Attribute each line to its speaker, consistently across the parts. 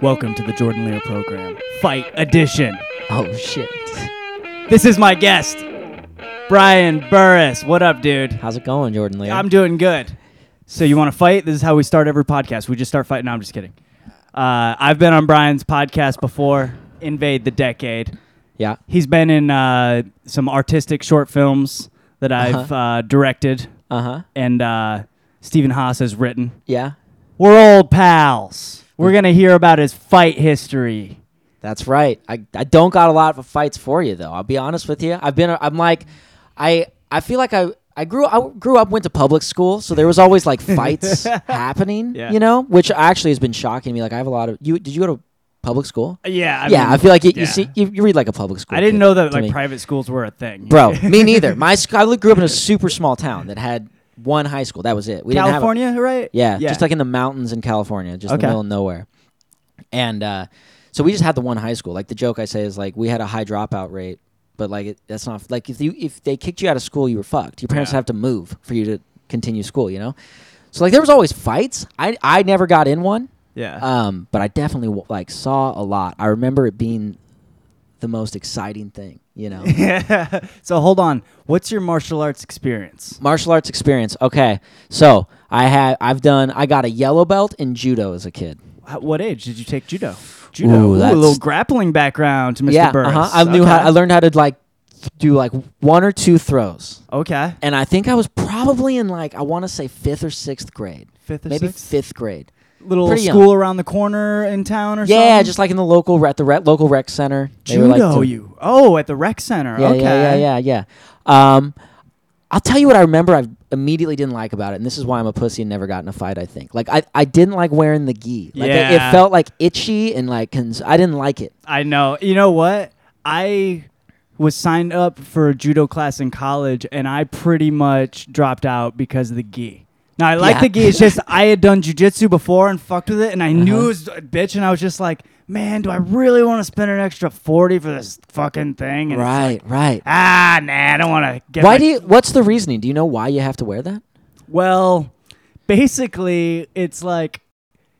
Speaker 1: Welcome to the Jordan Lear program, Fight Edition.
Speaker 2: Oh shit.
Speaker 1: This is my guest, Brian Burris. What up, dude?
Speaker 2: How's it going, Jordan Lee?
Speaker 1: I'm doing good. So you want to fight? This is how we start every podcast. We just start fighting. No, I'm just kidding. Uh, I've been on Brian's podcast before, Invade the Decade.
Speaker 2: yeah.
Speaker 1: He's been in uh, some artistic short films that I've uh directed,
Speaker 2: Uh huh.
Speaker 1: and uh, Stephen Haas has written.
Speaker 2: Yeah.
Speaker 1: We're old pals. We're gonna hear about his fight history.
Speaker 2: That's right. I, I don't got a lot of fights for you though. I'll be honest with you. I've been I'm like I I feel like I I grew I grew up went to public school, so there was always like fights happening,
Speaker 1: Yeah.
Speaker 2: you know, which actually has been shocking to me. Like I have a lot of you did you go to public school?
Speaker 1: Yeah, I
Speaker 2: yeah, I feel like you,
Speaker 1: yeah.
Speaker 2: you see you, you read like a public school.
Speaker 1: I didn't
Speaker 2: kid
Speaker 1: know that
Speaker 2: to
Speaker 1: like
Speaker 2: me.
Speaker 1: private schools were a thing,
Speaker 2: Bro, me neither. My sc- I grew up in a super small town that had one high school. That was it. We didn't have a-
Speaker 1: California, right?
Speaker 2: Yeah, just like in the mountains in California, just in
Speaker 1: Okay.
Speaker 2: the middle of nowhere. And uh, so we just had the one high school. Like the joke I say is like we had a high dropout rate, but like it, that's not like if you if they kicked you out of school, you were fucked. Your parents
Speaker 1: Yeah.
Speaker 2: would have to move for you to continue school. You know, so like there was always fights. I I never got in one,
Speaker 1: yeah.
Speaker 2: um, but I definitely w- like saw a lot. I remember it being the most exciting thing. You know, uh,
Speaker 1: so hold on. What's your martial arts experience?
Speaker 2: martial arts experience. Okay, so I had I've done I got a yellow belt in judo as a kid.
Speaker 1: At what age did you take judo? Judo.
Speaker 2: Ooh,
Speaker 1: Ooh, a
Speaker 2: that's-
Speaker 1: little grappling background to Mr.
Speaker 2: Yeah,
Speaker 1: Burris.
Speaker 2: uh-huh. I knew
Speaker 1: Okay.
Speaker 2: how. I learned how to like do like one or two throws,
Speaker 1: Okay.
Speaker 2: and I think I was probably in like I want to say fifth or sixth grade,
Speaker 1: Fifth or
Speaker 2: maybe
Speaker 1: sixth?
Speaker 2: fifth grade.
Speaker 1: Little
Speaker 2: pretty young.
Speaker 1: school around the corner in town or something?
Speaker 2: Yeah, just like in the local re- at the re- local rec center. They were,
Speaker 1: judo.
Speaker 2: like, the-
Speaker 1: you. Oh, at the rec center.
Speaker 2: Yeah,
Speaker 1: okay.
Speaker 2: yeah, yeah, yeah, yeah. Um, I'll tell you what I remember. I immediately didn't like about it, and this is why I'm a pussy and never got in a fight. I think like I, I didn't like wearing the gi. Like it- it,
Speaker 1: Yeah.
Speaker 2: felt like itchy and like cons- I didn't like it.
Speaker 1: I know. You know what? I was signed up for a judo class in college, and I pretty much dropped out because of the gi. Now I like
Speaker 2: Yeah. Uh-huh.
Speaker 1: the gi. It's just I had done jujitsu before and fucked with it, and I knew it was a bitch, and I was just like, man, do I really want to spend an extra forty for this fucking thing? And it's like,
Speaker 2: Right, right.
Speaker 1: ah, nah, I don't want to get.
Speaker 2: Why
Speaker 1: my-
Speaker 2: do you? What's the reasoning? Do you know why you have to wear that?
Speaker 1: Well, basically, it's like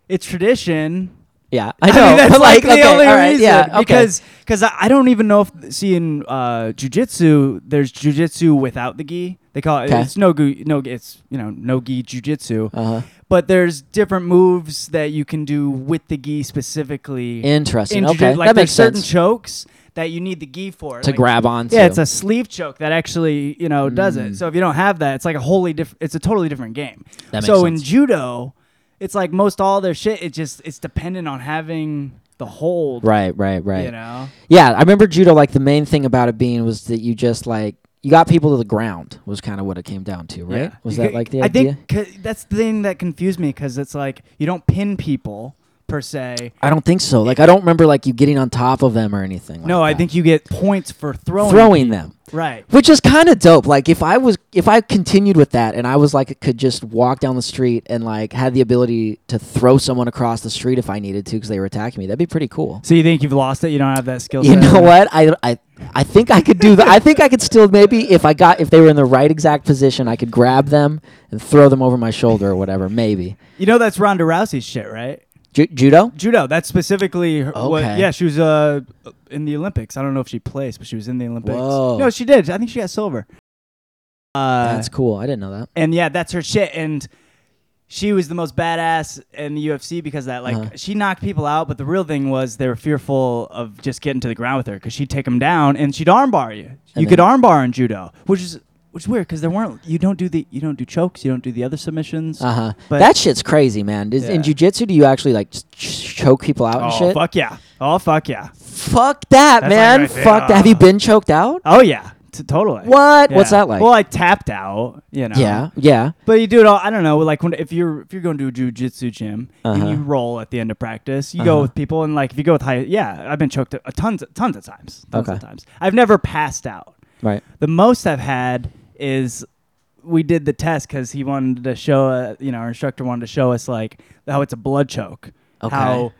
Speaker 1: it's tradition.
Speaker 2: Yeah, I
Speaker 1: I
Speaker 2: know.
Speaker 1: mean, that's
Speaker 2: but
Speaker 1: like,
Speaker 2: like,
Speaker 1: the
Speaker 2: okay,
Speaker 1: only
Speaker 2: all right,
Speaker 1: reason.
Speaker 2: Yeah, okay.
Speaker 1: Because because I, I don't even know if see in uh, jujitsu there's jujitsu without the gi. They call it
Speaker 2: 'Kay.
Speaker 1: it's no gi no gi- it's you know no gi jujitsu.
Speaker 2: Uh-huh.
Speaker 1: But there's different moves that you can do with the gi specifically.
Speaker 2: Interesting.
Speaker 1: in
Speaker 2: Okay,
Speaker 1: jujitsu. like
Speaker 2: that
Speaker 1: there's
Speaker 2: makes
Speaker 1: certain
Speaker 2: sense.
Speaker 1: chokes that you need the gi for
Speaker 2: to
Speaker 1: like-
Speaker 2: grab onto.
Speaker 1: Yeah, it's a sleeve choke that actually you know does it. So if you don't have that, it's like a wholly different. It's a totally different game.
Speaker 2: That makes
Speaker 1: so in
Speaker 2: sense.
Speaker 1: judo, it's like most all their shit. It just it's dependent on having the hold.
Speaker 2: right, right, right.
Speaker 1: You know.
Speaker 2: Yeah, I remember judo. Like the main thing about it being was that you just like you got people to the ground was kind of what it came down to, right?
Speaker 1: Yeah.
Speaker 2: Was
Speaker 1: You
Speaker 2: that
Speaker 1: could-
Speaker 2: like the
Speaker 1: I
Speaker 2: idea?
Speaker 1: think 'cause that's the thing that confused me because it's like you don't pin people per se.
Speaker 2: I don't think so. Like I don't remember like you getting on top of them or anything. Like
Speaker 1: No, I
Speaker 2: that.
Speaker 1: think you get points for throwing.
Speaker 2: throwing them.
Speaker 1: Right.
Speaker 2: Which is kind of dope. Like if I was if I continued with that and I was like could just walk down the street and like had the ability to throw someone across the street if I needed to because they were attacking me, that'd be pretty cool.
Speaker 1: So you think you've lost it? You don't have that skill.
Speaker 2: You
Speaker 1: set?
Speaker 2: know what? I, I I think I could do that. I think I could still maybe if I got if they were in the right exact position, I could grab them and throw them over my shoulder or whatever. Maybe
Speaker 1: You know that's Ronda Rousey's shit, right?
Speaker 2: Ju- judo.
Speaker 1: Judo. That's specifically her, what,
Speaker 2: Okay.
Speaker 1: yeah. She was uh in the Olympics. I don't know if she placed, but she was in the Olympics.
Speaker 2: Whoa.
Speaker 1: No, she did. I think she got silver. Uh,
Speaker 2: That's cool. I didn't know that.
Speaker 1: and yeah, that's her shit. And she was the most badass in the UFC because of that like
Speaker 2: Uh-huh.
Speaker 1: she knocked people out. But the real thing was they were fearful of just getting to the ground with her because she'd take them down and she'd armbar you. you
Speaker 2: And
Speaker 1: could
Speaker 2: then-
Speaker 1: armbar in judo, which is which is weird because there weren't. You don't do the you don't do chokes. You don't do the other submissions.
Speaker 2: Uh huh.
Speaker 1: But-
Speaker 2: That shit's crazy, man. Is,
Speaker 1: Yeah.
Speaker 2: In jujitsu, do you actually like ch- ch- choke people out and
Speaker 1: oh
Speaker 2: shit?
Speaker 1: fuck yeah! Oh fuck yeah!
Speaker 2: Fuck that,
Speaker 1: That's
Speaker 2: man.
Speaker 1: like right there.
Speaker 2: fuck that. Have you
Speaker 1: Uh.
Speaker 2: been choked out?
Speaker 1: Oh yeah! T- totally.
Speaker 2: What? What's
Speaker 1: Yeah.
Speaker 2: that like?
Speaker 1: Well, I tapped out, you know.
Speaker 2: yeah, yeah.
Speaker 1: But you do it all. I don't know. Like when if you're if you're going to a jujitsu gym
Speaker 2: Uh-huh.
Speaker 1: and you roll at the end of practice, you go
Speaker 2: Uh-huh. with
Speaker 1: with people and like if you go with high, yeah, I've been choked a, tons tons of times. Tons of
Speaker 2: Okay.
Speaker 1: times. I've never passed out.
Speaker 2: Right.
Speaker 1: The most I've had is we did the test because he wanted to show uh, you know our instructor wanted to show us like how it's a blood choke.
Speaker 2: Okay.
Speaker 1: How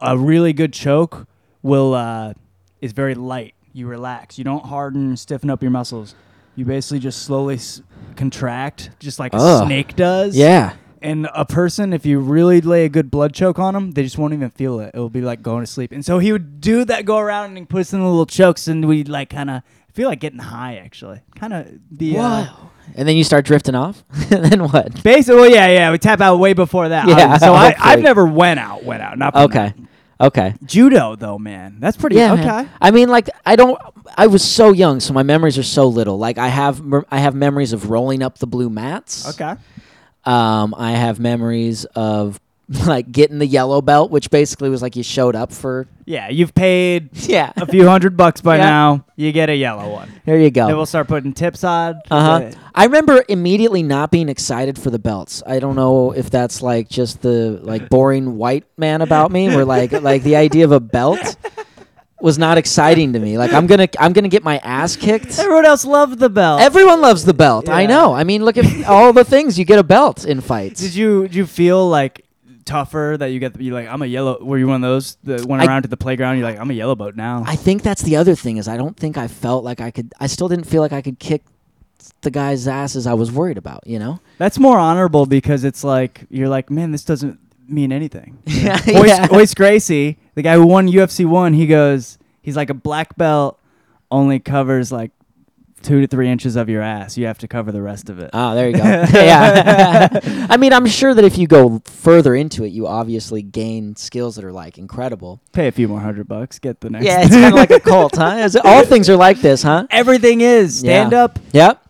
Speaker 1: a really good choke will uh, is very light. You relax. You don't harden and stiffen up your muscles. You basically just slowly s- contract, just like a
Speaker 2: Ugh.
Speaker 1: snake does.
Speaker 2: Yeah.
Speaker 1: And a person, if you really lay a good blood choke on them, they just won't even feel it. It'll be like going to sleep. And so he would do that, go around, and he'd put us in the little chokes, and we'd like kind of feel like getting high. Actually, kind of the. Uh,
Speaker 2: Wow. And then you start drifting off. and then what?
Speaker 1: Basically, well, yeah, yeah, we tap out way before that.
Speaker 2: Yeah,
Speaker 1: so I,
Speaker 2: hopefully.
Speaker 1: I've never went out, went out, not been out.
Speaker 2: Okay. Okay.
Speaker 1: Judo though, man, that's pretty
Speaker 2: Yeah.
Speaker 1: okay.
Speaker 2: man. I mean, like I don't. I was so young, so my memories are so little. Like I have, mer- I have memories of rolling up the blue mats.
Speaker 1: Okay.
Speaker 2: Um, I have memories of like getting the yellow belt, which basically was like you showed up for.
Speaker 1: Yeah, you've paid
Speaker 2: Yeah.
Speaker 1: a few hundred bucks by
Speaker 2: Yeah. Oh.
Speaker 1: now. You get a yellow one.
Speaker 2: There you go.
Speaker 1: Then we'll start putting tips on.
Speaker 2: Uh huh. I remember immediately not being excited for the belts. I don't know if that's like just the like boring white man about me, where like like the idea of a belt was not exciting to me. Like I'm gonna I'm gonna get my ass kicked.
Speaker 1: Everyone else loved the belt.
Speaker 2: Everyone loves the belt. I
Speaker 1: Yeah.
Speaker 2: know. I mean, look at all the things you get a belt in
Speaker 1: Did
Speaker 2: fights.
Speaker 1: you did you feel like tougher that you got you like I'm a yellow? Were you one of those that went
Speaker 2: I-
Speaker 1: around to the playground? You're like I'm a yellow belt now.
Speaker 2: I think that's the other thing is I don't think I felt like I could. I still didn't feel like I could kick the guy's asses I was worried about. You know.
Speaker 1: That's more honorable because it's like you're like man, this doesn't mean anything.
Speaker 2: Yeah.
Speaker 1: Hoist, Hoist Gracie, the guy who won UFC one, he goes, he's like a black belt only covers like two to three inches of your ass. You have to cover the rest of it.
Speaker 2: Oh, there you go. yeah. I mean, I'm sure that if you go further into it, you obviously gain skills that are like incredible.
Speaker 1: Pay a few more hundred bucks, get the next.
Speaker 2: Yeah, it's kind of like a cult, huh? Is it- all things are like this, huh?
Speaker 1: Everything is stand
Speaker 2: Yeah.
Speaker 1: up.
Speaker 2: Yep.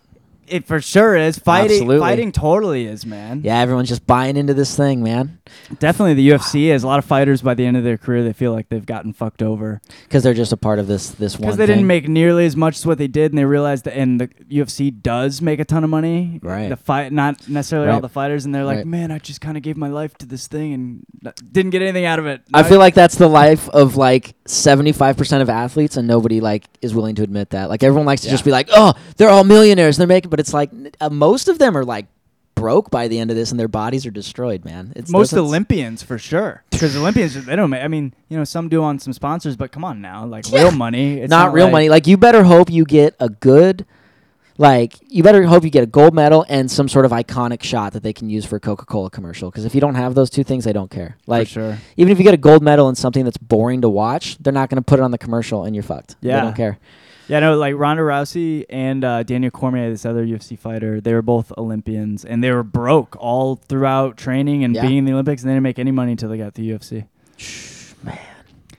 Speaker 1: It for sure is fighting.
Speaker 2: Absolutely.
Speaker 1: Fighting totally is, man.
Speaker 2: Yeah, everyone's just buying into this thing, man,
Speaker 1: Definitely, the UFC is a lot of fighters. By the end of their career, they feel like they've gotten fucked over
Speaker 2: because they're just a part of this this one.
Speaker 1: because they didn't
Speaker 2: thing.
Speaker 1: make nearly as much as what they did, and they realized that. And the UFC does make a ton of money.
Speaker 2: Right.
Speaker 1: The fight, not necessarily all
Speaker 2: Right.
Speaker 1: the fighters, and they're like,
Speaker 2: Right.
Speaker 1: man, I just kind of gave my life to this thing and not- didn't get anything out of it.
Speaker 2: I feel like that's the life of like 75% of athletes and nobody like is willing to admit that. Like everyone likes to just
Speaker 1: Yeah.
Speaker 2: be like, "Oh, they're all millionaires. They're making," but it's like n- uh, most of them are like broke by the end of this and their bodies are destroyed, man. It's
Speaker 1: most
Speaker 2: that's-
Speaker 1: Olympians for sure, because Olympians they don't. Make, I mean, you know, some do on some sponsors, but come on now, like
Speaker 2: Yeah.
Speaker 1: real money. It's
Speaker 2: not, real
Speaker 1: like-
Speaker 2: money. Like you better hope you get a good, like you better hope you get a gold medal and some sort of iconic shot that they can use for a Coca Cola commercial. Because if you don't have those two things, they don't care. Like
Speaker 1: for sure.
Speaker 2: even if you get a gold medal and something that's boring to watch, they're not going to put it on the commercial, and you're fucked. they
Speaker 1: Yeah.
Speaker 2: don't care.
Speaker 1: Yeah, no, like Ronda Rousey and uh, Daniel Cormier, this other UFC fighter, they were both Olympians and they were broke all throughout training and
Speaker 2: Yeah.
Speaker 1: being in the Olympics, and they didn't make any money until they got to the UFC.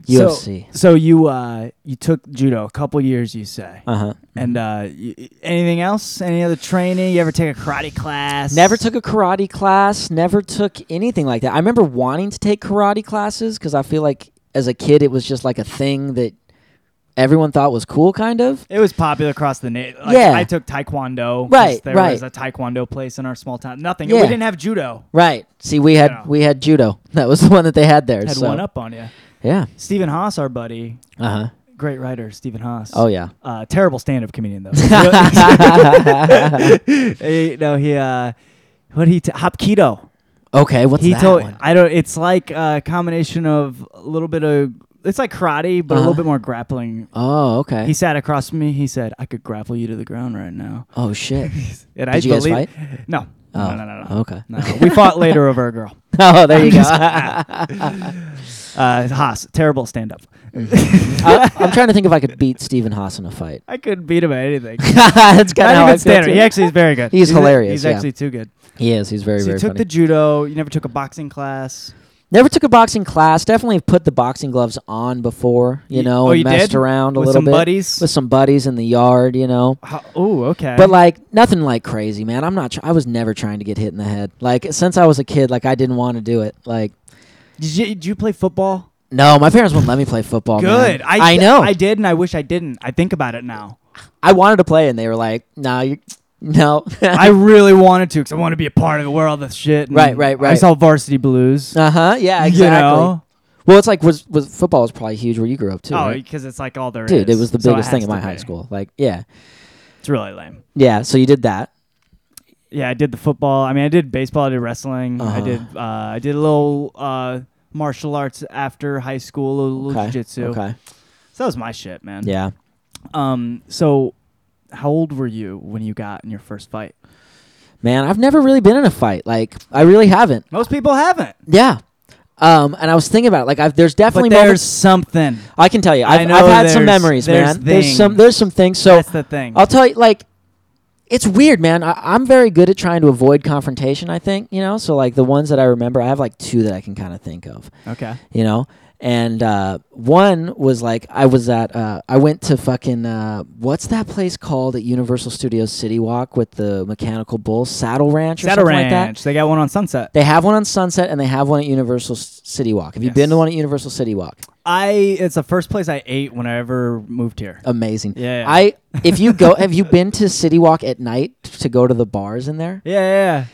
Speaker 2: UFC.
Speaker 1: So you uh, you took judo a couple years, you say,
Speaker 2: Uh huh.
Speaker 1: and uh, y- y- anything else? Any other training? You ever take a karate class?
Speaker 2: Never took a karate class. Never took anything like that. I remember wanting to take karate classes because I feel like as a kid it was just like a thing that everyone thought was cool, kind of.
Speaker 1: It was popular across the nation. Like,
Speaker 2: Yeah.
Speaker 1: I took taekwondo. 'cause
Speaker 2: Right,
Speaker 1: There
Speaker 2: right.
Speaker 1: was a taekwondo place in our small town. Nothing.
Speaker 2: Yeah.
Speaker 1: We didn't have judo.
Speaker 2: Right. See, we had
Speaker 1: Yeah.
Speaker 2: we had judo. That was the one that they had there.
Speaker 1: Had
Speaker 2: so-
Speaker 1: one up on you.
Speaker 2: Yeah.
Speaker 1: Stephen Haas, our buddy,
Speaker 2: Uh huh.
Speaker 1: great writer, Stephen Haas.
Speaker 2: Oh yeah.
Speaker 1: Uh, terrible stand-up comedian though. He- no, he uh, what he t- Hopkido.
Speaker 2: Okay. What's
Speaker 1: He
Speaker 2: that
Speaker 1: told
Speaker 2: one?
Speaker 1: I don't. It's like a combination of a little bit of it's like karate, but a
Speaker 2: Uh-huh.
Speaker 1: little bit more grappling.
Speaker 2: Oh okay.
Speaker 1: He sat across from me. He said, "I could grapple you to the ground right now."
Speaker 2: oh shit.
Speaker 1: And I
Speaker 2: Did you guys
Speaker 1: believe-
Speaker 2: fight?
Speaker 1: No.
Speaker 2: Oh,
Speaker 1: No, no, no, no.
Speaker 2: Okay.
Speaker 1: No, we fought later over a girl.
Speaker 2: Oh, there you go.
Speaker 1: Uh, Haas, terrible stand-up.
Speaker 2: Mm-hmm. I, am trying to think if I could beat Stephen Haas in a fight.
Speaker 1: I couldn't beat him at anything.
Speaker 2: That's kind of
Speaker 1: Not
Speaker 2: how I
Speaker 1: even
Speaker 2: feel
Speaker 1: stand-up.
Speaker 2: too.
Speaker 1: He actually is very good.
Speaker 2: He's
Speaker 1: a-
Speaker 2: hilarious,
Speaker 1: He's
Speaker 2: yeah.
Speaker 1: actually too good.
Speaker 2: He is. He's very
Speaker 1: So you
Speaker 2: very
Speaker 1: took
Speaker 2: funny.
Speaker 1: the judo. You never took a boxing class.
Speaker 2: Never took a boxing class. Definitely put the boxing gloves on before. You
Speaker 1: Y-
Speaker 2: know,
Speaker 1: oh,
Speaker 2: and
Speaker 1: you
Speaker 2: messed
Speaker 1: did?
Speaker 2: around a
Speaker 1: With
Speaker 2: little
Speaker 1: some
Speaker 2: bit
Speaker 1: buddies?
Speaker 2: with some buddies in the yard. You know.
Speaker 1: Oh, okay.
Speaker 2: But like nothing like crazy, man. I'm not. Tr- I was never trying to get hit in the head. Like since I was a kid, like I didn't want to do it. Like
Speaker 1: did you, did you play football?
Speaker 2: no, my parents wouldn't let me play football.
Speaker 1: Good.
Speaker 2: Oh, man. I, know.
Speaker 1: I
Speaker 2: I,
Speaker 1: did, and I wish I didn't. I think about it now.
Speaker 2: wanted to play, and they were like, "No, you, no."
Speaker 1: I really wanted to because I want to be a part of the world of shit. and
Speaker 2: Right, right,
Speaker 1: I
Speaker 2: right.
Speaker 1: saw Varsity Blues.
Speaker 2: uh huh. Yeah. Exactly.
Speaker 1: You know?
Speaker 2: Well, it's like was was football was probably huge where you grew up too.
Speaker 1: Oh,
Speaker 2: right?
Speaker 1: because it's like all there is.
Speaker 2: dude, it was the
Speaker 1: so
Speaker 2: biggest thing
Speaker 1: has
Speaker 2: in
Speaker 1: to
Speaker 2: my high
Speaker 1: be.
Speaker 2: school. Like yeah,
Speaker 1: It's really lame.
Speaker 2: yeah. So you did that.
Speaker 1: Yeah, I did the football. I mean, I did baseball. I did wrestling. I
Speaker 2: Uh-huh.
Speaker 1: did. Uh, I did a little uh, martial arts after high school. A little
Speaker 2: Okay.
Speaker 1: jiu-jitsu.
Speaker 2: Okay.
Speaker 1: So that was my shit, man.
Speaker 2: Yeah.
Speaker 1: Um. So, how old were you when you got in your first fight?
Speaker 2: man, I've never really been in a fight. Like I really haven't.
Speaker 1: Most people haven't.
Speaker 2: Yeah. Um, and I was thinking about it. Like I've, there's definitely
Speaker 1: but there's
Speaker 2: moments
Speaker 1: something.
Speaker 2: I can tell you.
Speaker 1: I
Speaker 2: I've,
Speaker 1: know
Speaker 2: I've had some
Speaker 1: there's-
Speaker 2: memories,
Speaker 1: there's
Speaker 2: man. There's some
Speaker 1: things.
Speaker 2: there's some things. So
Speaker 1: That's the thing.
Speaker 2: Oh. I'll tell you, like, it's weird, man. I, I'm very good at trying to avoid confrontation. I think you know. So like the ones that I remember, I have like two that I can kind of think of.
Speaker 1: okay.
Speaker 2: You know. And uh, one was like I was at uh, I went to fucking uh, what's that place called at Universal Studios City Walk with the Mechanical Bull Saddle Ranch or
Speaker 1: Shadow
Speaker 2: something
Speaker 1: Ranch.
Speaker 2: like that.
Speaker 1: They got one on Sunset.
Speaker 2: They have one on Sunset and they have one at Universal S- City Walk. Have you
Speaker 1: Yes.
Speaker 2: been to one at Universal City Walk?
Speaker 1: I. It's the first place I ate when I ever moved here.
Speaker 2: Amazing.
Speaker 1: Yeah, yeah.
Speaker 2: Oh. I if you go, have you been to City Walk at night to go to the bars in there?
Speaker 1: Yeah, yeah.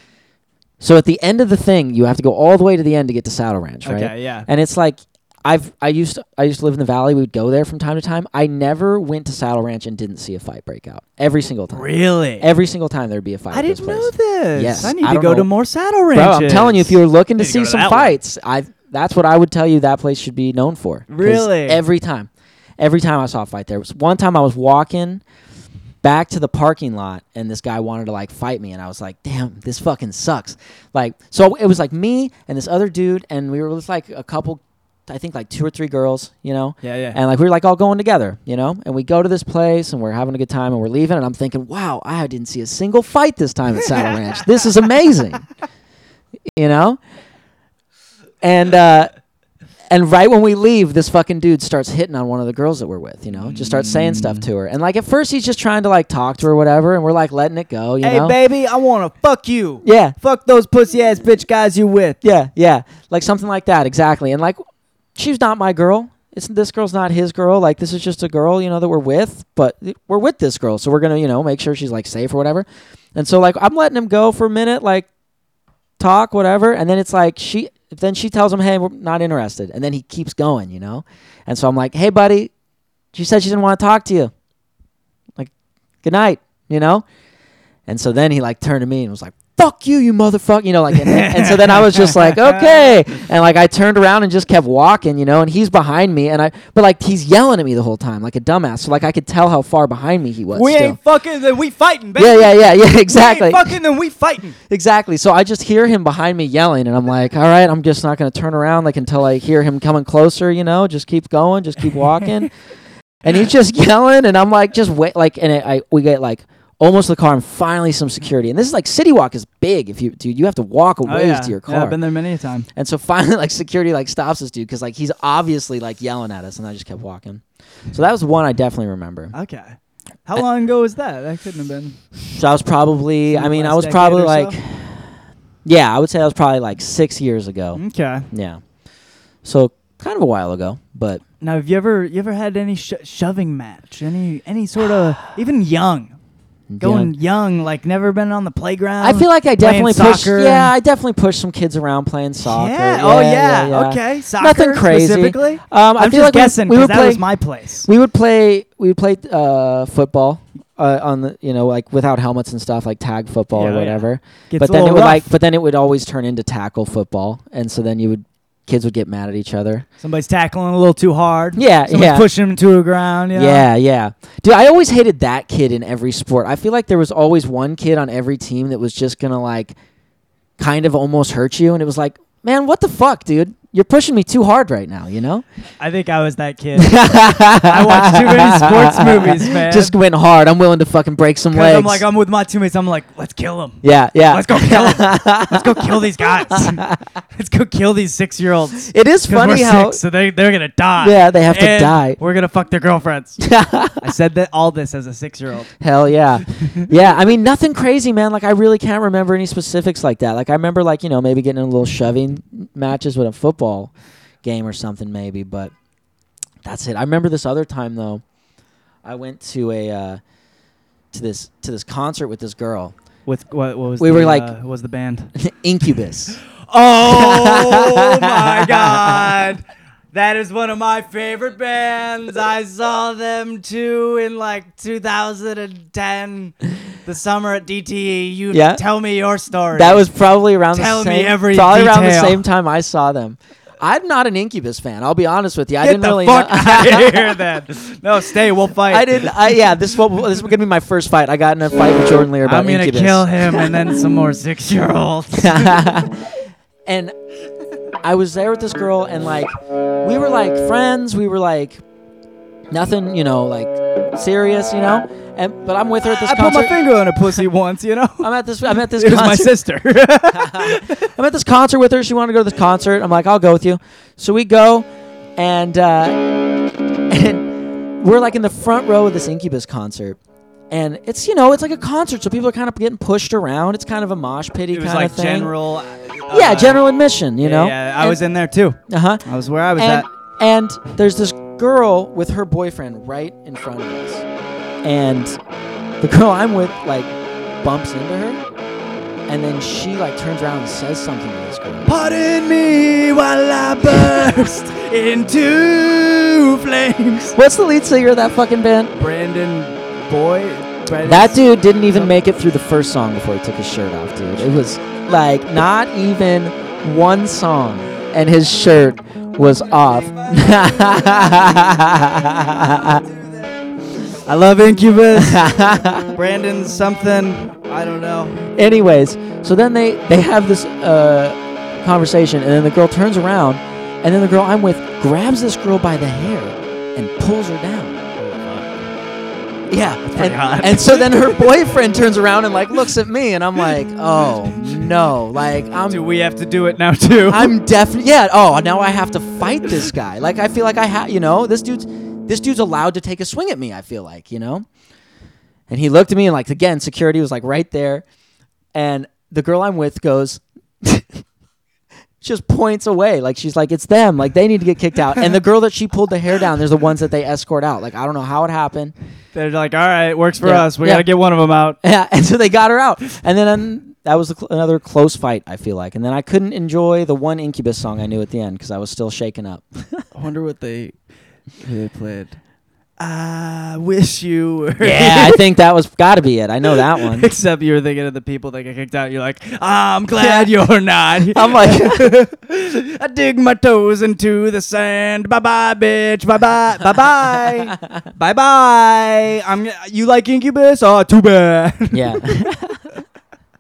Speaker 2: So at the end of the thing, you have to go all the way to the end to get to Saddle Ranch,
Speaker 1: yeah.
Speaker 2: right?
Speaker 1: Okay, yeah.
Speaker 2: And it's like I've I used to, I used to live in the valley. We would go there from time to time. I never went to Saddle Ranch and didn't see a fight break out. Every single time.
Speaker 1: Really?
Speaker 2: Every single time there'd be a fight.
Speaker 1: I
Speaker 2: at this
Speaker 1: didn't
Speaker 2: place.
Speaker 1: know this.
Speaker 2: Yes,
Speaker 1: I need
Speaker 2: I
Speaker 1: to
Speaker 2: don't
Speaker 1: go
Speaker 2: know.
Speaker 1: to more Saddle
Speaker 2: Bro,
Speaker 1: Ranches.
Speaker 2: I'm telling you, if you were looking to
Speaker 1: Need to go
Speaker 2: see
Speaker 1: to
Speaker 2: some
Speaker 1: that one.
Speaker 2: fights, I that's what I would tell you. That place should be known for. 'Cause
Speaker 1: Really?
Speaker 2: Every time, every time I saw a fight there. Was one time I was walking back to the parking lot, and this guy wanted to like fight me, and I was like, "Damn, this fucking sucks." Like, so it was like me and this other dude, and we were with like a couple, I think like two or three girls, you know.
Speaker 1: Yeah, yeah.
Speaker 2: And like we were like all going together, you know? And we go to this place and we're having a good time and we're leaving and I'm thinking, "Wow, I didn't see a single fight this time at Saddle Ranch. This is amazing." You know? And uh and right when we leave, this fucking dude starts hitting on one of the girls that we're with, you know? Just starts saying stuff to her. And like at first he's just trying to like talk to her or whatever and we're like letting it go, you
Speaker 1: hey,
Speaker 2: know?
Speaker 1: baby, I want to fuck you.
Speaker 2: Yeah.
Speaker 1: Fuck those pussy ass bitch guys you with.
Speaker 2: Yeah, yeah, like something like that, exactly. And like, she's not my girl. It's this girl's not his girl. Like, this is just a girl, you know, that we're with. But we're with this girl, so we're gonna, you know, make sure she's like safe or whatever. And so like, I'm letting him go for a minute, like, talk, whatever. And then it's like she, then she tells him, "Hey, we're not interested." And then he keeps going, you know. And so I'm like, "Hey, buddy, she said she didn't want to talk to you. Like, good night, you know." And so then he like turned to me and was like, "Fuck you, you motherfucker," you know, like. And, and so then I was just like, "Okay," and like I turned around and just kept walking, you know. And he's behind me, and I, but like he's yelling at me the whole time, like a dumbass. So like I could tell how far behind me he was.
Speaker 1: we
Speaker 2: still.
Speaker 1: ain't fucking, then we fighting, baby.
Speaker 2: yeah, yeah, yeah, yeah, exactly.
Speaker 1: We ain't fucking, then we fighting.
Speaker 2: Exactly. So I just hear him behind me yelling, and I'm like, all right, I'm just not going to turn around like until I hear him coming closer. You know, just keep going, just keep walking. and he's just yelling, and I'm like, just wait, like, and it, I we get like almost to the car, and finally some security. And this is like City Walk is big. If you dude, you have to walk a ways to your car.
Speaker 1: Oh, I've been there many a time.
Speaker 2: And so finally, like security, like stops this dude because like he's obviously like yelling at us, and I just kept walking. So that was one I definitely remember.
Speaker 1: Okay. How long ago was that? That couldn't have been.
Speaker 2: So I was probably,
Speaker 1: In the
Speaker 2: I mean, I
Speaker 1: last
Speaker 2: was
Speaker 1: decade or
Speaker 2: probably
Speaker 1: so?
Speaker 2: like, yeah, I would say I was probably like six years ago.
Speaker 1: Okay.
Speaker 2: Yeah. So kind of a while ago, but
Speaker 1: Now, have you ever you ever had any sho- shoving match? Any any sort of even young, going
Speaker 2: yeah.
Speaker 1: young, like never been on the playground.
Speaker 2: I feel like I
Speaker 1: playing
Speaker 2: definitely pushed.
Speaker 1: soccer
Speaker 2: Yeah,
Speaker 1: and-
Speaker 2: I definitely pushed some kids around playing soccer.
Speaker 1: Yeah. Oh yeah. Okay. Soccer
Speaker 2: Nothing crazy.
Speaker 1: Specifically.
Speaker 2: Um, I
Speaker 1: I'm
Speaker 2: feel
Speaker 1: just
Speaker 2: like we-
Speaker 1: guessing
Speaker 2: we,
Speaker 1: 'cause
Speaker 2: would
Speaker 1: that
Speaker 2: play.
Speaker 1: was my place.
Speaker 2: we would play. We would play uh, football uh, on the you know like without helmets and stuff like tag football
Speaker 1: Yeah,
Speaker 2: or
Speaker 1: yeah.
Speaker 2: whatever.
Speaker 1: Gets
Speaker 2: but
Speaker 1: a
Speaker 2: then it
Speaker 1: little
Speaker 2: would
Speaker 1: rough.
Speaker 2: like but then it would always turn into tackle football, and so then you would kids would get mad at each other.
Speaker 1: somebody's tackling a little too hard.
Speaker 2: Yeah,
Speaker 1: Somebody's
Speaker 2: yeah.
Speaker 1: pushing him to the ground. You know?
Speaker 2: Yeah, yeah. Dude, I always hated that kid in every sport. I feel like there was always one kid on every team that was just going to like kind of almost hurt you and it was like, "Man, what the fuck, dude? You're pushing me too hard right now, you know?"
Speaker 1: I think I was that kid. I watched too many sports movies, man.
Speaker 2: Just went hard. I'm willing to fucking break some
Speaker 1: 'Cause
Speaker 2: legs.
Speaker 1: I'm like I'm with my teammates. I'm like, let's kill him.
Speaker 2: yeah, yeah.
Speaker 1: Let's go kill him. let's go kill these guys. let's go kill these six year olds.
Speaker 2: It is funny
Speaker 1: we're
Speaker 2: how
Speaker 1: six, so they they're gonna die.
Speaker 2: Yeah, they have to
Speaker 1: And
Speaker 2: die.
Speaker 1: We're gonna fuck their girlfriends. I said that all this as a six year old.
Speaker 2: Hell yeah. yeah. I mean, nothing crazy, man. Like, I really can't remember any specifics like that. Like, I remember, like, you know, maybe getting in a little shoving matches with a football game or something, maybe, but that's it. I remember this other time, though, I went to a, uh, to this to this concert with this girl,
Speaker 1: With what, what was
Speaker 2: We
Speaker 1: the,
Speaker 2: were like-
Speaker 1: uh, was the band?
Speaker 2: Incubus.
Speaker 1: Oh my god. That is one of my favorite bands. I saw them too in like 2010, the summer at DTE. You
Speaker 2: Yeah.
Speaker 1: tell me your story.
Speaker 2: That was probably around
Speaker 1: Tell
Speaker 2: the
Speaker 1: me
Speaker 2: same
Speaker 1: every
Speaker 2: probably around the
Speaker 1: detail.
Speaker 2: same time I saw them. I'm not an Incubus fan. I'll be honest with you. I
Speaker 1: Get
Speaker 2: didn't
Speaker 1: the
Speaker 2: really
Speaker 1: fuck
Speaker 2: know.
Speaker 1: out of here, then. No, stay. We'll fight.
Speaker 2: I didn't. I, yeah, this what this is gonna be my first fight. I got in a fight with Jordan Lear about
Speaker 1: I'm gonna
Speaker 2: Incubus.
Speaker 1: kill him and then some more six-year-olds.
Speaker 2: and I was there with this girl, and like we were like friends. We were like nothing, you know, like serious, you know. And but I'm with her at this
Speaker 1: I put
Speaker 2: concert.
Speaker 1: my finger on a pussy once, you know.
Speaker 2: I'm at this. I'm at this.
Speaker 1: it was my
Speaker 2: concert.
Speaker 1: sister.
Speaker 2: I'm at this concert with her. She wanted to go to this concert. I'm like, I'll go with you. So we go, and uh, and we're like in the front row of this Incubus concert. And it's you know it's like a concert, so people are kind of getting pushed around. It's kind of a mosh pity
Speaker 1: it was
Speaker 2: kind
Speaker 1: like
Speaker 2: of thing.
Speaker 1: general. uh,
Speaker 2: yeah, general admission, you know.
Speaker 1: Yeah, I was in there too.
Speaker 2: Uh huh.
Speaker 1: I was where I was
Speaker 2: and,
Speaker 1: at.
Speaker 2: and there's this girl with her boyfriend right in front of us. And the girl I'm with, like, bumps into her. And then she, like, turns around and says something to this girl.
Speaker 1: Pardon me while I burst into flames.
Speaker 2: What's the lead singer of that fucking band?
Speaker 1: Brandon Boy. Brandon
Speaker 2: That dude didn't even make it through the first song before he took his shirt off, dude. It was, like, not even one song. And his shirt was off.
Speaker 1: I love Incubus. Brandon something. I don't know.
Speaker 2: Anyways, so then they they have this uh, conversation, and then the girl turns around, and then the girl I'm with grabs this girl by the hair and pulls her down. Yeah, and,
Speaker 1: hot.
Speaker 2: and so then her boyfriend turns around and like looks at me, and I'm like, oh no, like
Speaker 1: Do
Speaker 2: I'm.
Speaker 1: we have to do it now too?
Speaker 2: I'm definitely yeah. Oh, now I have to fight this guy. Like I feel like I have, you know, this dude's this dude's allowed to take a swing at me. I feel like, you know. And he looked at me and like again, security was like right there, and the girl I'm with goes. Just points away, like she's like, it's them, like they need to get kicked out. And the girl that she pulled the hair down, there's the ones that they escort out. Like I don't know how it happened.
Speaker 1: They're like, all right, works for
Speaker 2: Yeah,
Speaker 1: us. We
Speaker 2: yeah.
Speaker 1: gotta get one of them out.
Speaker 2: Yeah, and so they got her out. And then um, that was a cl- another close fight, I feel like. And then I couldn't enjoy the one Incubus song I knew at the end because I was still shaken up.
Speaker 1: I wonder what they who they played. I wish you were.
Speaker 2: yeah, I think that was got to be it. I know that one.
Speaker 1: Except you were thinking of the people that get kicked out. You're like, I'm glad you're not.
Speaker 2: I'm like,
Speaker 1: I dig my toes into the sand. Bye bye, bitch. Bye bye. Bye bye. Bye bye. I'm. You like Incubus? Oh, too bad.
Speaker 2: yeah,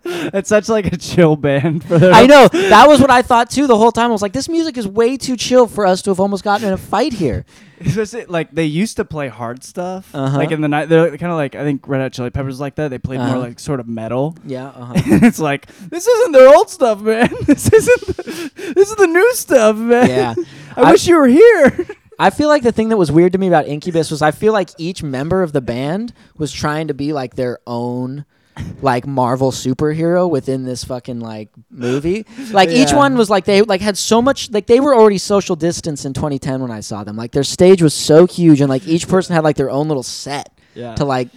Speaker 1: it's such like a chill band for their.
Speaker 2: I know. That was what I thought too the whole time. I was like, this music is way too chill for us to have almost gotten in a fight here.
Speaker 1: Especially like they used to play hard stuff.
Speaker 2: Uh-huh.
Speaker 1: Like in the night, they're kind of like I think Red Hot Chili Peppers like that. They played
Speaker 2: Uh-huh.
Speaker 1: more like sort of metal.
Speaker 2: Yeah, uh-huh.
Speaker 1: it's like this isn't their old stuff, man. This isn't. The, this is the new stuff, man.
Speaker 2: yeah.
Speaker 1: I, wish you were here.
Speaker 2: I feel like the thing that was weird to me about Incubus was I feel like each member of the band was trying to be like their own like Marvel superhero within this fucking like movie. Like each
Speaker 1: Yeah.
Speaker 2: one was like they like had so much like they were already social distance in 2010 when I saw them. Like their stage was so huge and like each person had like their own little set
Speaker 1: Yeah.
Speaker 2: to like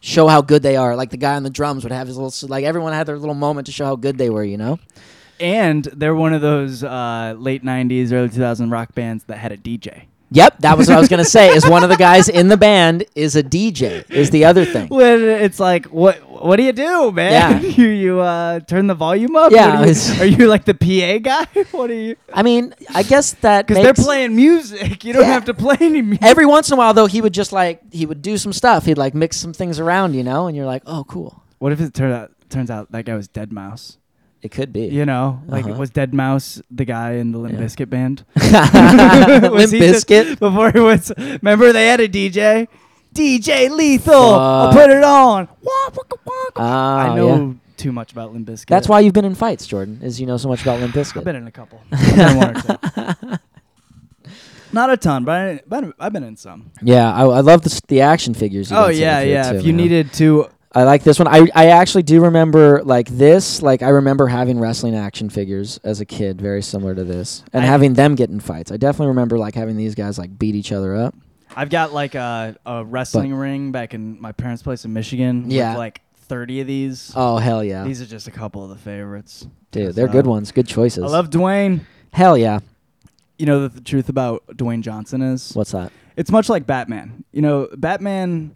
Speaker 2: show how good they are. Like the guy on the drums would have his little like everyone had their little moment to show how good they were, you know?
Speaker 1: And they're one of those uh, late '90s, early 2000 rock bands that had a DJ.
Speaker 2: Yep, that was what I was going to say. Is one of the guys in the band is a DJ is the other thing.
Speaker 1: When it's like, what what do you do, man?
Speaker 2: Yeah.
Speaker 1: you you uh, turn the volume up.
Speaker 2: Yeah,
Speaker 1: What do
Speaker 2: it's-
Speaker 1: you, are you like the PA guy? what are you?
Speaker 2: I mean, I guess that
Speaker 1: Because they're
Speaker 2: makes-
Speaker 1: playing music. You don't
Speaker 2: Yeah.
Speaker 1: have to play any music.
Speaker 2: Every once in a while, though, he would just like he would do some stuff. He'd like mix some things around, you know, and you're like, oh, cool.
Speaker 1: What if it turned out turns out that guy was Dead Mouse?
Speaker 2: It could be.
Speaker 1: You know, like
Speaker 2: Uh-huh.
Speaker 1: was Dead Mouse the guy in the Limp
Speaker 2: Yeah.
Speaker 1: Bizkit band?
Speaker 2: Limp
Speaker 1: Was he just-
Speaker 2: Biscuit.
Speaker 1: before he was. Remember they had a DJ, DJ Lethal. I'll
Speaker 2: Fuck.
Speaker 1: put it on. Wah, waka, waka. I know
Speaker 2: Ah, Oh, yeah.
Speaker 1: too much about Limp Bizkit.
Speaker 2: That's why you've been in fights, Jordan, is you know so much about Limp
Speaker 1: I've
Speaker 2: Bizkit.
Speaker 1: been in a couple. I've been in one or two. Not a ton, but, I, but I've been in some.
Speaker 2: yeah, I, I love the, s- the action figures. You
Speaker 1: Oh
Speaker 2: got to
Speaker 1: yeah,
Speaker 2: with you,
Speaker 1: yeah.
Speaker 2: too,
Speaker 1: if you
Speaker 2: man.
Speaker 1: needed to,
Speaker 2: I like this one. I I actually do remember like this. Like I remember having wrestling action figures as a kid, very similar to this, and
Speaker 1: I-
Speaker 2: having them get in fights. I definitely remember like having these guys like beat each other up.
Speaker 1: I've got like a, a wrestling ring back in my parents' place in Michigan.
Speaker 2: Yeah.
Speaker 1: with like thirty of these.
Speaker 2: Oh hell yeah,
Speaker 1: These are just a couple of the favorites.
Speaker 2: dude, they're good
Speaker 1: so-
Speaker 2: ones, good choices.
Speaker 1: I love Dwayne.
Speaker 2: hell yeah.
Speaker 1: You know the, the truth about Dwayne Johnson is
Speaker 2: What's that?
Speaker 1: it's much like Batman. You know, Batman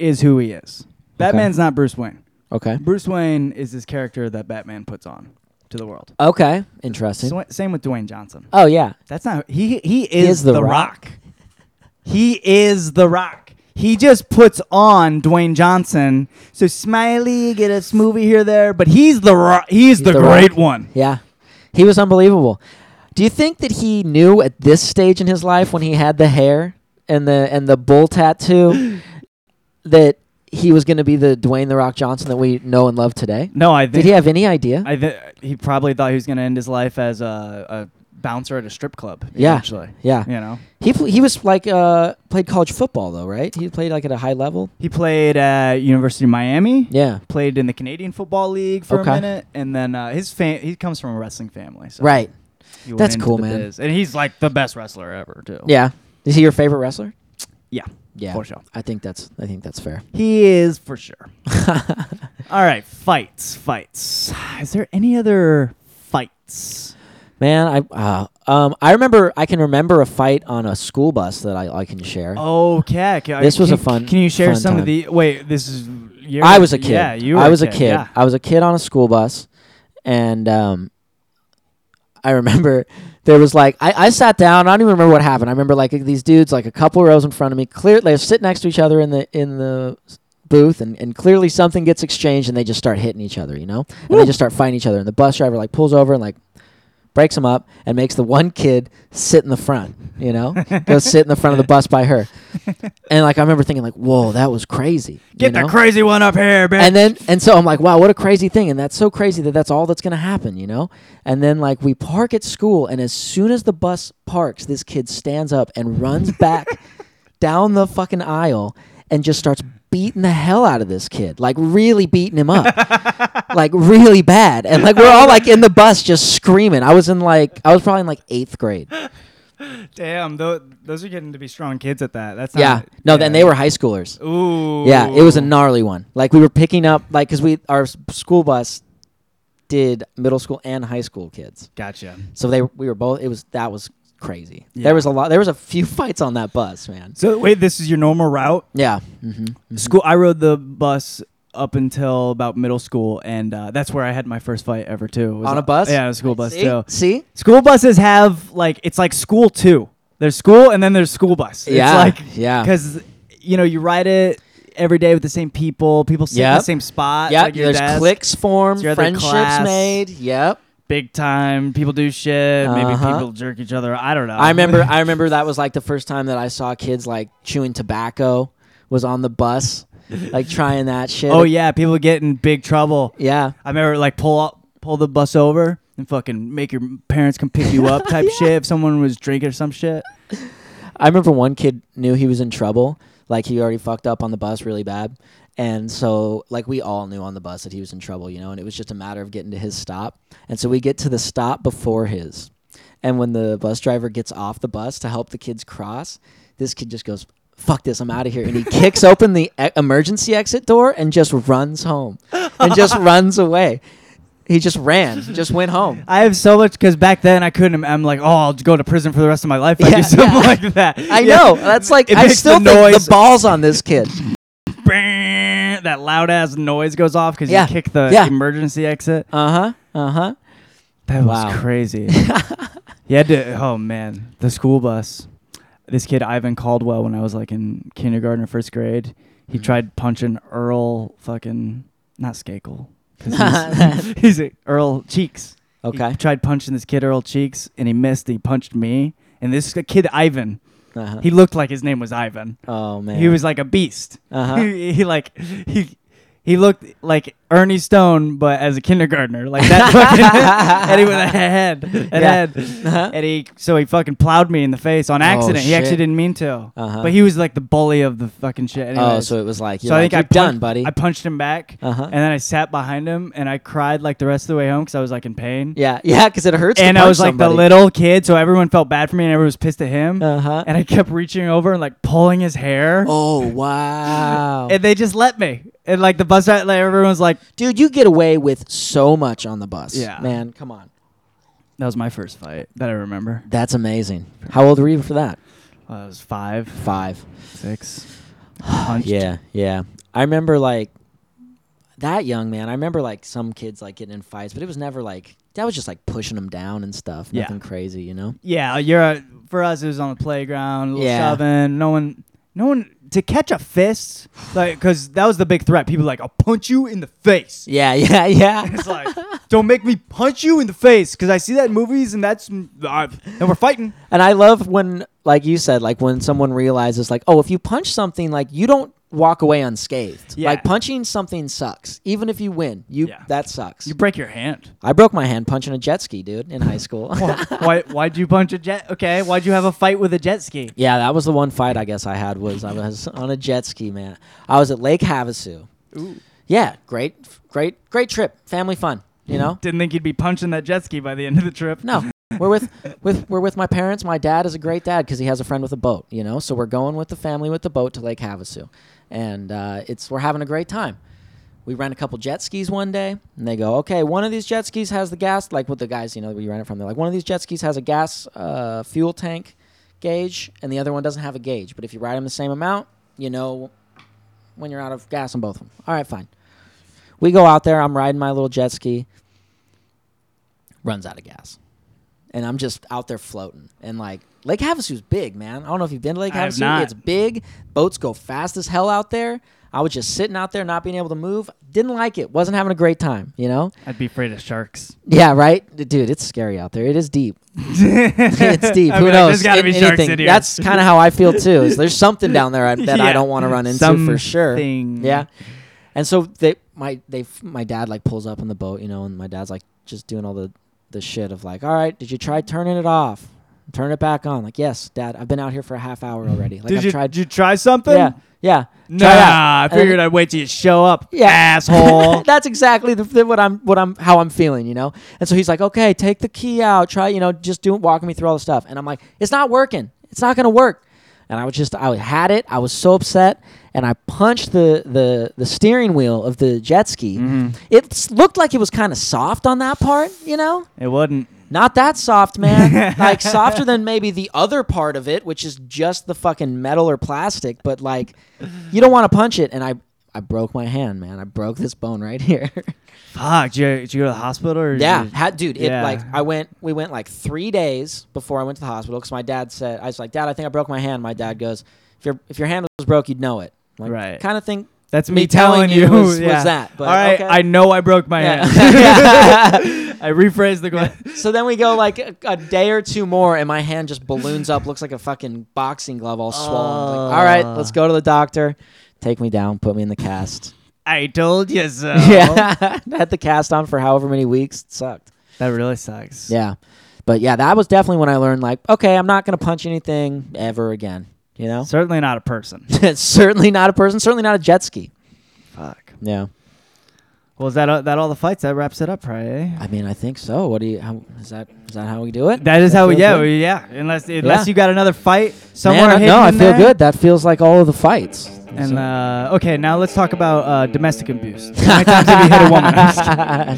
Speaker 1: is who he is. Batman's not Bruce Wayne.
Speaker 2: Okay.
Speaker 1: Bruce Wayne is this character that Batman puts on. to the world.
Speaker 2: Okay, interesting.
Speaker 1: Swa- Same with Dwayne Johnson.
Speaker 2: oh yeah,
Speaker 1: That's not he. He is,
Speaker 2: is The
Speaker 1: the,
Speaker 2: Rock.
Speaker 1: rock. He is the Rock. He just puts on Dwayne Johnson. So smiley, get a smoothie here there, but he's the rock. He's, the,
Speaker 2: The
Speaker 1: great
Speaker 2: Rock.
Speaker 1: one.
Speaker 2: yeah, he was unbelievable. Do you think that he knew at this stage in his life when he had the hair and the and the bull tattoo that he was going to be the Dwayne the Rock Johnson that we know and love today?
Speaker 1: No, I think
Speaker 2: Did he have any idea?
Speaker 1: I th- he probably thought he was going to end his life as a, a bouncer at a strip club.
Speaker 2: Yeah.
Speaker 1: Actually,
Speaker 2: yeah.
Speaker 1: you know,
Speaker 2: He pl- he was like uh played college football though, right? He played like at a high level.
Speaker 1: he played at University of Miami.
Speaker 2: Yeah.
Speaker 1: Played in the Canadian Football League for
Speaker 2: Okay.
Speaker 1: a minute, and then uh, his fam- he comes from a wrestling family. So
Speaker 2: Right.
Speaker 1: he went
Speaker 2: That's
Speaker 1: into
Speaker 2: cool,
Speaker 1: the
Speaker 2: man.
Speaker 1: biz. And he's like the best wrestler ever, too.
Speaker 2: Yeah. Is he your favorite wrestler?
Speaker 1: yeah,
Speaker 2: Yeah.
Speaker 1: for sure.
Speaker 2: I think that's I think that's fair.
Speaker 1: He is for sure. All right, fights, fights. Is there any other fights?
Speaker 2: Man, I uh, um I remember I can remember a fight on a school bus that I, I can share.
Speaker 1: Okay, can-
Speaker 2: This was
Speaker 1: can-
Speaker 2: a fun-
Speaker 1: Can you share
Speaker 2: fun
Speaker 1: some
Speaker 2: time.
Speaker 1: of the? Wait, this is. You're,
Speaker 2: I was a kid.
Speaker 1: Yeah, you. Were
Speaker 2: I was a kid.
Speaker 1: yeah.
Speaker 2: I was a kid on a school bus, and um, I remember there was like I, I sat down. I don't even remember what happened. I remember like these dudes like a couple rows in front of me. Clear, they sit next to each other in the in the s- booth, and, and clearly something gets exchanged, and they just start hitting each other. You know, and they just start fighting each other. And the bus driver like pulls over and like breaks them up and makes the one kid sit in the front, you know? Go sit in the front of the bus by her. And like I remember thinking like, "Whoa, that was crazy."
Speaker 1: Get
Speaker 2: you know?
Speaker 1: the crazy one up here, bitch.
Speaker 2: and then and so I'm like, wow, what a crazy thing, and that's so crazy that that's all that's gonna happen, you know. And then like we park at school, and as soon as the bus parks, this kid stands up and runs back down the fucking aisle and just starts beating the hell out of this kid, like really beating him up, like really bad, and like we're all like in the bus just screaming. I was in like I was probably in like eighth grade.
Speaker 1: Damn, tho- those are getting to be strong kids at that. That's
Speaker 2: Yeah,
Speaker 1: Not,
Speaker 2: no, then they were high schoolers.
Speaker 1: Ooh.
Speaker 2: Yeah, it was a gnarly one. Like we were picking up, like because we our s- school bus did middle school and high school kids,
Speaker 1: Gotcha.
Speaker 2: so they we were both. It was that was crazy.
Speaker 1: Yeah.
Speaker 2: There was a lot. There was a few fights on that bus, man.
Speaker 1: So wait, this is your normal route.
Speaker 2: Yeah, hmm
Speaker 1: School. I rode the bus up until about middle school, and uh, that's where I had my first fight ever too. was
Speaker 2: on a bus.
Speaker 1: Yeah, on a school bus
Speaker 2: See?
Speaker 1: too.
Speaker 2: See,
Speaker 1: School buses have like it's like school too. There's school and then there's school bus.
Speaker 2: Yeah,
Speaker 1: It's like
Speaker 2: yeah.
Speaker 1: because you know you ride it every day with the same people. People sit in
Speaker 2: Yep.
Speaker 1: the same spot.
Speaker 2: yeah.
Speaker 1: like your
Speaker 2: there's
Speaker 1: desk.
Speaker 2: cliques formed,
Speaker 1: It's your other
Speaker 2: friendships
Speaker 1: class.
Speaker 2: made. Yep.
Speaker 1: Big time. People do shit. Maybe
Speaker 2: Uh-huh.
Speaker 1: people jerk each other. I don't know.
Speaker 2: I remember. I remember that was like the first time that I saw kids like chewing tobacco was on the bus, like trying that shit.
Speaker 1: oh yeah, people get in big trouble.
Speaker 2: yeah.
Speaker 1: I remember like pull up, pull the bus over and fucking make your parents come pick you up type shit if someone was drinking or some shit.
Speaker 2: I remember one kid knew he was in trouble, like he already fucked up on the bus really bad. And so like we all knew on the bus that he was in trouble, you know, and it was just a matter of getting to his stop. And so we get to the stop before his. And when the bus driver gets off the bus to help the kids cross, this kid just goes, "Fuck this, I'm out of here." And he kicks open the e- emergency exit door and just runs home. And just runs away. He just ran, just went home.
Speaker 1: I have so much because back then I couldn't. I'm like, oh, I'll go to prison for the rest of my life. if I
Speaker 2: Yeah,
Speaker 1: do something
Speaker 2: yeah.
Speaker 1: like that.
Speaker 2: I
Speaker 1: Yeah.
Speaker 2: know. That's like
Speaker 1: It
Speaker 2: I
Speaker 1: makes
Speaker 2: still
Speaker 1: the
Speaker 2: think
Speaker 1: noise.
Speaker 2: the balls on this kid.
Speaker 1: Bang, that loud ass noise goes off because
Speaker 2: Yeah.
Speaker 1: you kick the
Speaker 2: Yeah.
Speaker 1: emergency exit.
Speaker 2: Uh-huh. Uh-huh.
Speaker 1: That was
Speaker 2: Wow.
Speaker 1: crazy. you had to. Oh man, the school bus. This kid Ivan Caldwell, when I was like in kindergarten or first grade, he
Speaker 2: Mhm.
Speaker 1: tried punching Earl fucking not Skakel. 'cause He's, he's a- Earl Cheeks.
Speaker 2: Okay.
Speaker 1: He tried punching this kid Earl Cheeks and he missed. He punched me. And this kid Ivan,
Speaker 2: Uh-huh.
Speaker 1: he looked like his name was Ivan.
Speaker 2: oh man.
Speaker 1: He was like a beast.
Speaker 2: Uh-huh.
Speaker 1: He, he like he he looked like Ernie Stone, but as a kindergartner, like that fucking and he with a head, an
Speaker 2: Yeah.
Speaker 1: head,
Speaker 2: Uh-huh.
Speaker 1: and he so he fucking plowed me in the face on
Speaker 2: Oh,
Speaker 1: accident. he
Speaker 2: shit.
Speaker 1: actually didn't mean to,
Speaker 2: Uh-huh.
Speaker 1: but he was like the bully of the fucking shit.
Speaker 2: Oh,
Speaker 1: Anyways.
Speaker 2: so it was like
Speaker 1: So
Speaker 2: you're, like,
Speaker 1: I
Speaker 2: you're done,
Speaker 1: punch-
Speaker 2: buddy.
Speaker 1: I punched him back,
Speaker 2: uh-huh.
Speaker 1: and then I sat behind him and I cried like the rest of the way home because I was like in pain.
Speaker 2: yeah, yeah, because it hurts. to
Speaker 1: And I
Speaker 2: punch
Speaker 1: was like the
Speaker 2: somebody.
Speaker 1: little kid, so everyone felt bad for me and everyone was pissed at him.
Speaker 2: Uh-huh.
Speaker 1: And I kept reaching over and like pulling his hair.
Speaker 2: oh wow,
Speaker 1: and they just let me. And like the bus ride, like everyone's like,
Speaker 2: dude, you get away with so much on the bus.
Speaker 1: Yeah.
Speaker 2: man, come on,
Speaker 1: that was my first fight that I remember.
Speaker 2: that's amazing. How old were you for that?
Speaker 1: I was five,
Speaker 2: Five.
Speaker 1: six. Punched.
Speaker 2: Yeah, yeah. I remember like that young, man, I remember like some kids like getting in fights, but it was never like that was just like pushing them down and stuff.
Speaker 1: Yeah.
Speaker 2: Nothing crazy, you know.
Speaker 1: Yeah, you're a, for us. It was on the playground, a little
Speaker 2: Yeah.
Speaker 1: shoving. No one, no one to catch a fist, like because that was the big threat. People were like, I'll punch you in the face.
Speaker 2: Yeah, yeah, yeah.
Speaker 1: It's like, don't make me punch you in the face because I see that in movies and that's uh, and we're fighting.
Speaker 2: and I love when, like you said, like when someone realizes, like, oh, if you punch something, like you don't walk away unscathed.
Speaker 1: Yeah.
Speaker 2: Like punching something sucks, even if you win. You
Speaker 1: Yeah.
Speaker 2: that sucks.
Speaker 1: You break your hand.
Speaker 2: I broke my hand punching a jet ski, dude, in high school.
Speaker 1: Why? Why'd you punch a jet? Okay, why'd you have a fight with a jet ski?
Speaker 2: Yeah, that was the one fight I guess I had was I was on a jet ski, man. I was at Lake Havasu.
Speaker 1: Ooh.
Speaker 2: Yeah, great, great, great trip, family fun. You know,
Speaker 1: Didn't think you'd be punching that jet ski by the end of the trip.
Speaker 2: no, we're with with we're with my parents. My dad is a great dad because he has a friend with a boat. You know, so we're going with the family with the boat to Lake Havasu, and uh, it's we're having a great time. We rent a couple jet skis one day, and they go, okay, one of these jet skis has the gas, like with the guys, you know, we rent it from. They're like, one of these jet skis has a gas uh, fuel tank gauge, and the other one doesn't have a gauge. But if you ride them the same amount, you know when you're out of gas on both of them. All right, fine. We go out there. I'm riding my little jet ski. Runs out of gas, and I'm just out there floating. And like Lake Havasu's big, man. I don't know if you've been to Lake
Speaker 1: I have
Speaker 2: Havasu.
Speaker 1: not.
Speaker 2: It's big. Boats go fast as hell out there. I was just sitting out there, not being able to move. Didn't like it. Wasn't having a great time. You know?
Speaker 1: I'd be afraid of sharks.
Speaker 2: Yeah, right, dude. It's scary out there. It is deep. it's deep.
Speaker 1: I'd
Speaker 2: Who
Speaker 1: be like, There's
Speaker 2: knows?
Speaker 1: gotta
Speaker 2: An-
Speaker 1: be sharks
Speaker 2: anything.
Speaker 1: in here.
Speaker 2: That's kind of how I feel too. Is there's something down there I, that I
Speaker 1: Yeah.
Speaker 2: don't want to run into for sure.
Speaker 1: Something.
Speaker 2: Yeah. And so they my they my dad like pulls up on the boat, you know, and my dad's like just doing all the the shit of like, "All right, did you try turning it off? Turn it back on." Like, "Yes, dad. I've been out here for a half hour already." Like
Speaker 1: did
Speaker 2: I've
Speaker 1: you
Speaker 2: tried
Speaker 1: did you try something?
Speaker 2: Yeah. Yeah.
Speaker 1: Nah,
Speaker 2: Try it out.
Speaker 1: I
Speaker 2: And then-
Speaker 1: figured I'd wait till you show up,
Speaker 2: Yeah.
Speaker 1: asshole.
Speaker 2: That's exactly the, the- what I'm what I'm how I'm feeling, you know. And so he's like, "Okay, take the key out, try, you know, just do walking me through all the stuff." And I'm like, "It's not working. It's not gonna work." And I was just I had it. I was so upset, and I punched the the the steering wheel of the jet ski. It s- looked like it was kind of soft on that part, you know.
Speaker 1: it wouldn't.
Speaker 2: Not that soft, man. like softer than maybe the other part of it, which is just the fucking metal or plastic, but like you don't want to punch it and I I broke my hand, man. I broke this bone right here.
Speaker 1: Fuck. Did you, did you go to the hospital or?
Speaker 2: yeah,
Speaker 1: did you-
Speaker 2: ha- dude. It
Speaker 1: Yeah.
Speaker 2: like I went. We went like three days before I went to the hospital because my dad said I was like, Dad, I think I broke my hand. My dad goes, If your if your hand was broke, you'd know it. Like,
Speaker 1: Right.
Speaker 2: Kind of thing.
Speaker 1: That's
Speaker 2: me
Speaker 1: me telling
Speaker 2: telling
Speaker 1: you.
Speaker 2: you was- was
Speaker 1: yeah.
Speaker 2: that, but
Speaker 1: All right.
Speaker 2: okay.
Speaker 1: I know I broke my
Speaker 2: Yeah.
Speaker 1: hand. I rephrased the question.
Speaker 2: So then we go like a, a day or two more, and my hand just balloons up, looks like a fucking boxing glove, all swollen. Like, all right,
Speaker 1: Oh.
Speaker 2: let's go to the doctor. Take me down, put me in the cast.
Speaker 1: I told you so.
Speaker 2: Yeah, had the cast on for however many weeks. It sucked.
Speaker 1: That really sucks.
Speaker 2: Yeah, but yeah, that was definitely when I learned like, okay, I'm not gonna punch anything ever again. You know,
Speaker 1: Certainly not a person.
Speaker 2: certainly not a person, certainly not a jet ski.
Speaker 1: Fuck.
Speaker 2: Yeah,
Speaker 1: Well, is that all, that all the fights? That wraps it up, probably. eh?
Speaker 2: I mean, I think so. What do you? How, is that is that how we do it?
Speaker 1: That is how we.
Speaker 2: feel
Speaker 1: Yeah,
Speaker 2: good?
Speaker 1: we, yeah. Unless unless
Speaker 2: Yeah.
Speaker 1: you got another fight somewhere.
Speaker 2: Man, I-
Speaker 1: hidden
Speaker 2: no, I
Speaker 1: in
Speaker 2: feel
Speaker 1: there.
Speaker 2: good. That feels like all of the fights.
Speaker 1: And uh, okay, now let's talk about uh, domestic abuse. How many times have you hit a woman? I'm just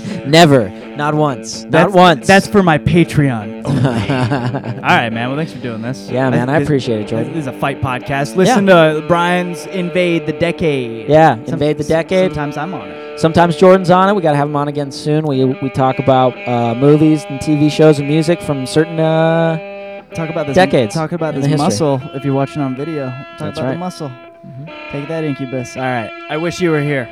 Speaker 1: kidding.
Speaker 2: Never, not once, not
Speaker 1: That's-
Speaker 2: once.
Speaker 1: That's for my Patreon. All right, man. Well, thanks for doing this.
Speaker 2: yeah, man. I
Speaker 1: this-
Speaker 2: appreciate it, Jordan.
Speaker 1: This is a fight podcast. Listen to Brian's Invade the Decade.
Speaker 2: Yeah, invade the decade.
Speaker 1: Sometimes I'm on it.
Speaker 2: Sometimes Jordan's on it. We gotta have him on again soon. We we talk about uh, movies and TV shows and music from certain. Uh,
Speaker 1: Talk about this
Speaker 2: Decades
Speaker 1: Talk about
Speaker 2: in
Speaker 1: this
Speaker 2: the history.
Speaker 1: muscle. If you're watching on video, talk about
Speaker 2: That's
Speaker 1: the
Speaker 2: right. Mm-hmm.
Speaker 1: muscle. Take that, Incubus. All right. I wish you were here.